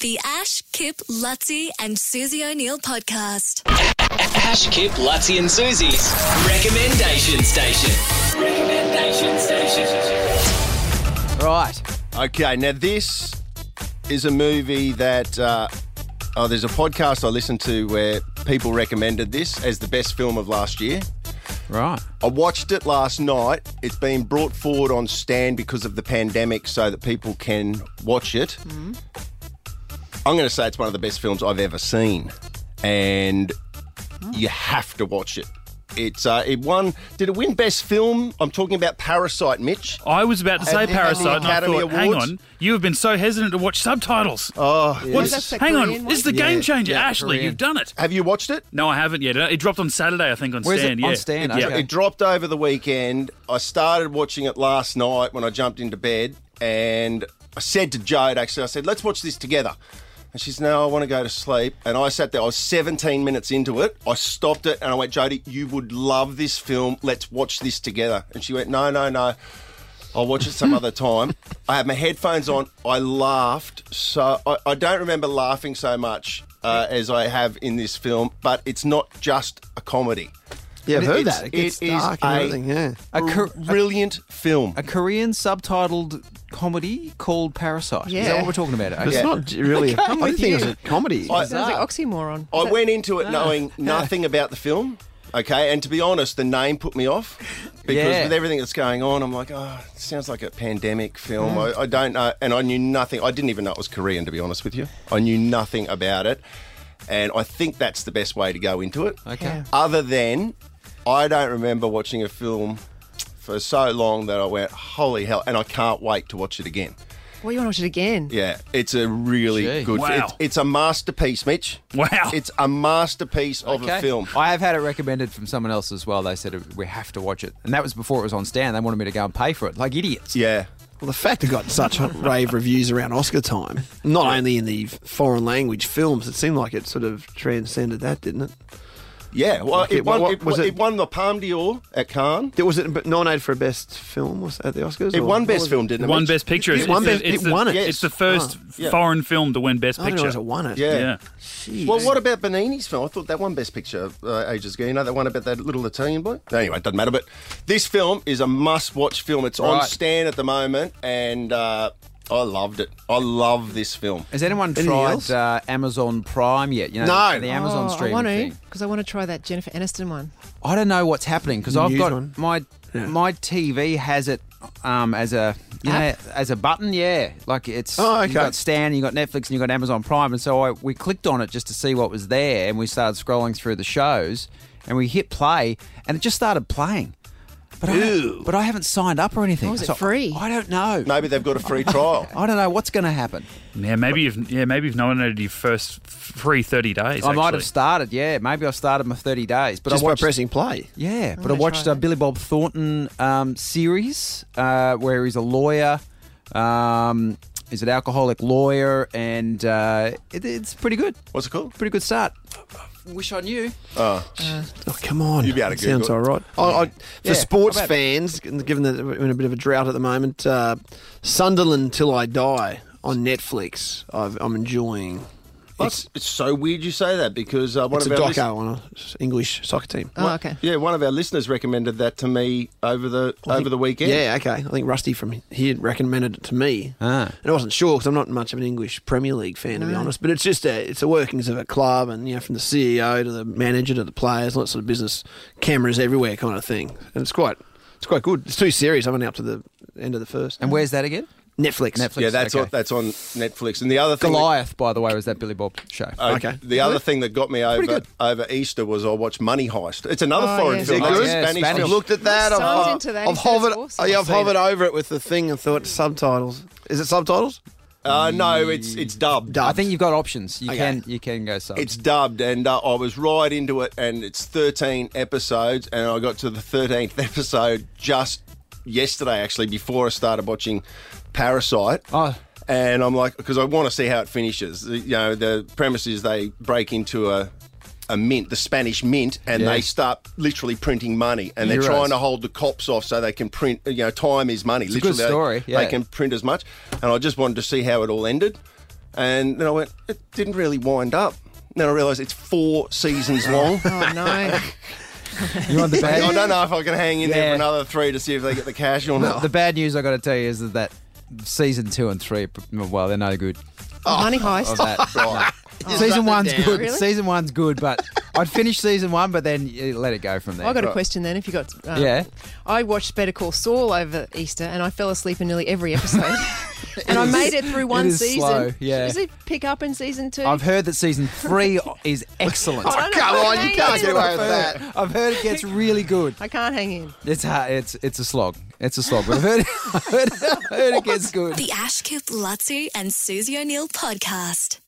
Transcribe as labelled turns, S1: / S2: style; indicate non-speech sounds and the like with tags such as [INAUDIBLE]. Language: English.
S1: The Ash, Kip, Lutzi, and Susie O'Neill podcast.
S2: Ash, Kip, Lutzi, and Susie's recommendation station. Recommendation station.
S3: Right.
S4: Okay, now this is a movie that. Uh, oh, there's a podcast I listened to where people recommended this as the best film of last year.
S3: Right.
S4: I watched it last night. It's been brought forward on stand because of the pandemic so that people can watch it. I'm going to say it's one of the best films I've ever seen. And you have to watch it. It's uh, it won. Did it win best film? I'm talking about Parasite, Mitch.
S5: I was about to
S4: At
S5: say
S4: the- at the
S5: Parasite, and I
S4: Academy
S5: thought, hang
S4: Awards?
S5: on, you have been so hesitant to watch subtitles.
S4: Oh,
S5: What's-
S3: that's the
S5: hang
S3: Korean
S5: on,
S3: one?
S5: this is the
S4: Yeah,
S5: game changer,
S4: yeah,
S5: Ashley.
S3: Korean.
S5: You've done it.
S4: have you watched it?
S5: No, I haven't yet. It dropped on Saturday, I think, on
S3: Where is it?
S5: Stan. Yeah.
S3: On Stan,
S5: Yeah.
S3: okay.
S4: It dropped over the weekend. I started watching it last night when I jumped into bed, and I said to Jade, actually, I said, let's watch this together. And she said, No, I want to go to sleep. And I sat there, I was 17 minutes into it. I stopped it and I went, Jodie, you would love this film. Let's watch this together. And she went, No, no, no. I'll watch it some other time. I had my headphones on. I laughed so I, I don't remember laughing so much uh, as I have in this film. But it's not just a comedy.
S6: Yeah, I've heard
S4: It's-
S6: that. It gets
S4: is
S6: dark
S4: a
S6: and everything, yeah.
S3: A cor-
S4: brilliant film.
S3: A Korean subtitled comedy called Parasite. Is that
S7: Yeah.
S3: what we're talking about? Okay.
S6: It's not really. A, I think it's a comedy.
S4: I-
S7: Sounds like oxymoron.
S4: I went into it
S3: [LAUGHS]
S4: knowing nothing about the film. Okay, and to be honest, the name put me off because
S3: Yeah.
S4: with everything that's going on, I'm like, oh, it sounds like a pandemic film.
S3: Mm.
S4: I, I don't know, and I knew nothing. I didn't even know it was Korean, to be honest with you. I knew nothing about it, and I think that's the best way to go into it.
S3: Okay. Yeah.
S4: Other than, I don't remember watching a film for so long that I went, holy hell, and I can't wait to watch it again.
S7: Well, you want to watch it again?
S4: Yeah, it's a really
S3: Gee.
S4: good.
S5: Wow.
S4: It's, it's a masterpiece, Mitch.
S5: Wow.
S4: It's a masterpiece of
S3: Okay.
S4: a film.
S3: I have had it recommended from someone else as well. They said uh, we have to watch it, and that was before it was on Stan. They wanted me to go and pay for it, like idiots.
S4: Yeah.
S6: well, the fact it got such rave reviews around Oscar time, not only in the foreign language films, it seemed like it sort of transcended that, didn't it?
S4: Yeah. Well,
S6: Like
S4: it,
S6: it-
S4: won,
S6: what-
S4: it,
S6: was
S4: it,
S6: it-
S4: won the Palme d'Or at Cannes.
S6: There was it but nominated for best film was at the Oscars.
S4: It
S6: or
S4: won
S6: what was
S4: best film, didn't it?
S5: One
S4: Mitch?
S5: Best Picture.
S6: It won
S5: the-
S6: Best- it
S5: the,
S6: won it.
S5: It's the first
S4: Oh, yeah.
S5: foreign film to win Best
S6: I didn't
S5: Picture.
S6: realize it won it.
S4: Yeah.
S5: Yeah.
S6: Jeez.
S4: Well, what about Benini's film? I thought that won Best Picture uh, ages ago. You know that one about that little Italian boy? Anyway, it doesn't matter. But this film is a must watch film. It's on
S3: Right.
S4: Stan at the moment, and uh, I loved it. I love this film.
S3: Has anyone
S6: Anything
S3: tried
S6: else?
S3: uh, Amazon Prime yet? You know,
S6: No.
S3: the- the Amazon
S7: oh,
S3: streaming
S7: I want to
S3: thing.
S7: because I want to try that Jennifer Aniston one.
S3: I don't know what's happening because I've
S6: News
S3: got
S6: one.
S3: my
S6: Yeah.
S3: my TV has it um, as a you know as a button, yeah. Like it's
S6: Oh, okay.
S3: you got Stan, you got Netflix, and you got Amazon Prime, and so I, we clicked on it just to see what was there, and we started scrolling through the shows, and we hit play, and it just started playing. But I, but I haven't signed up or anything.
S7: Oh, is it
S3: So
S7: free?
S3: I don't know.
S4: Maybe they've got a free
S6: [LAUGHS]
S4: trial.
S3: I don't know what's going to happen.
S5: Yeah, maybe you've yeah maybe you've nominated your first free thirty days.
S3: I might
S5: actually.
S3: have started, yeah. Maybe I started my thirty days, but
S6: Just
S3: I
S6: by
S3: watched
S6: pressing play.
S3: Yeah, but I
S7: gonna
S3: watched
S7: try
S3: a
S7: that.
S3: Billy Bob Thornton um, series uh, where he's a lawyer. Um, he's an alcoholic lawyer, and uh, it, it's pretty good.
S4: What's it called?
S3: Pretty good start. Wish I knew.
S6: Oh, come on.
S4: You'd be able to
S6: That Sounds
S4: Google
S6: all
S4: it.
S6: right. I, I, for
S3: Yeah,
S6: sports
S3: I bet.
S6: fans, given that we're in a bit of a drought at the moment, uh, Sunderland Till I Die on Netflix, I've, I'm enjoying.
S4: It's, it's so weird you say that because uh, one
S6: It's a
S4: of our listen-
S6: doco on an English soccer team.
S3: [LAUGHS]
S7: Oh, okay.
S4: Yeah, one of our listeners recommended that to me over the over the weekend.
S6: Yeah, okay. I think Rusty from he had recommended it to me,
S3: Ah.
S6: and I wasn't sure because I'm not much of an English Premier League fan to be honest. But it's just a, it's the workings of a club, and you know, from the CEO to the manager to the players, all that sort of business, cameras everywhere kind of thing, and it's quite it's quite good. It's two series. I'm only up to the end of the first.
S3: And where's that again?
S6: Netflix.
S3: Netflix.
S4: yeah, that's
S3: okay.
S4: on, that's on Netflix. And the other thing, that,
S3: Goliath, by the way, was that Billy Bob show.
S4: uh,
S6: Okay.
S4: the other thing that got me over
S3: good.
S4: over Easter was I watched Money Heist. It's another
S7: Oh,
S4: foreign
S7: yes.
S4: film,
S3: Is it
S4: that's
S3: good?
S4: a
S3: Yeah,
S4: Spanish,
S3: Spanish.
S4: film.
S6: I've looked at that. I've,
S7: Someone's
S6: I've,
S7: into that. He
S6: I've
S7: said it's
S6: hovered.
S7: awesome.
S6: yeah,
S7: I've
S6: I've
S7: seen
S6: hovered over it with the thing and thought subtitles. Is it subtitles?
S4: Uh, no, it's it's dubbed.
S3: I think you've got options. You
S6: Okay.
S3: can you can go sub.
S4: It's dubbed, and uh, I was right into it. And it's thirteen episodes, and I got to the thirteenth [LAUGHS] episode just yesterday, actually, before I started watching Parasite.
S3: Oh.
S4: And I'm like, because I want to see how it finishes. You know, the premise is they break into a a mint, the Spanish mint, and
S3: Yeah.
S4: they start literally printing money, and they're
S3: Euros.
S4: trying to hold the cops off so they can print. You know, time is money.
S3: a good
S4: literally, they-
S3: story,
S4: They,
S3: yeah.
S4: can print as much, and I just wanted to see how it all ended. And then I went, it didn't really wind up. And then I realised it's four seasons
S3: [LAUGHS]
S4: long.
S7: Oh no.
S3: You
S4: [LAUGHS]
S3: want the
S4: I
S3: bad?
S4: don't know if I can hang in there
S3: Yeah.
S4: for another three to see if they get the cash or not.
S3: The bad news I got to tell you is that season two and three, well, they're no good.
S7: Money heist.
S3: Oh, Of that,
S4: Right.
S3: season one's
S6: down.
S3: good.
S7: Really?
S3: Season one's good, but I'd finish season one, but then you let it go from there.
S7: [LAUGHS] I got a question then. If you got, um,
S3: Yeah.
S7: I watched Better Call Saul over Easter, and I fell asleep in nearly
S3: [LAUGHS]
S7: every episode. [LAUGHS] and I
S3: is-
S7: made it through one
S3: it is
S7: season.
S3: slow, yeah.
S7: Does it pick up in season 2
S3: I've heard that season three is excellent.
S7: [LAUGHS] I
S3: [LAUGHS]
S7: don't know
S6: Come
S7: what
S6: on, you
S7: means.
S6: can't get away with that.
S3: I've heard it gets really good.
S7: I can't hang in.
S3: It's hard. It's it's a slog. It's a slog. But I've heard, [LAUGHS] I've heard, I've heard it gets good.
S1: The Ash Kip Lutzi and Susie O'Neill podcast.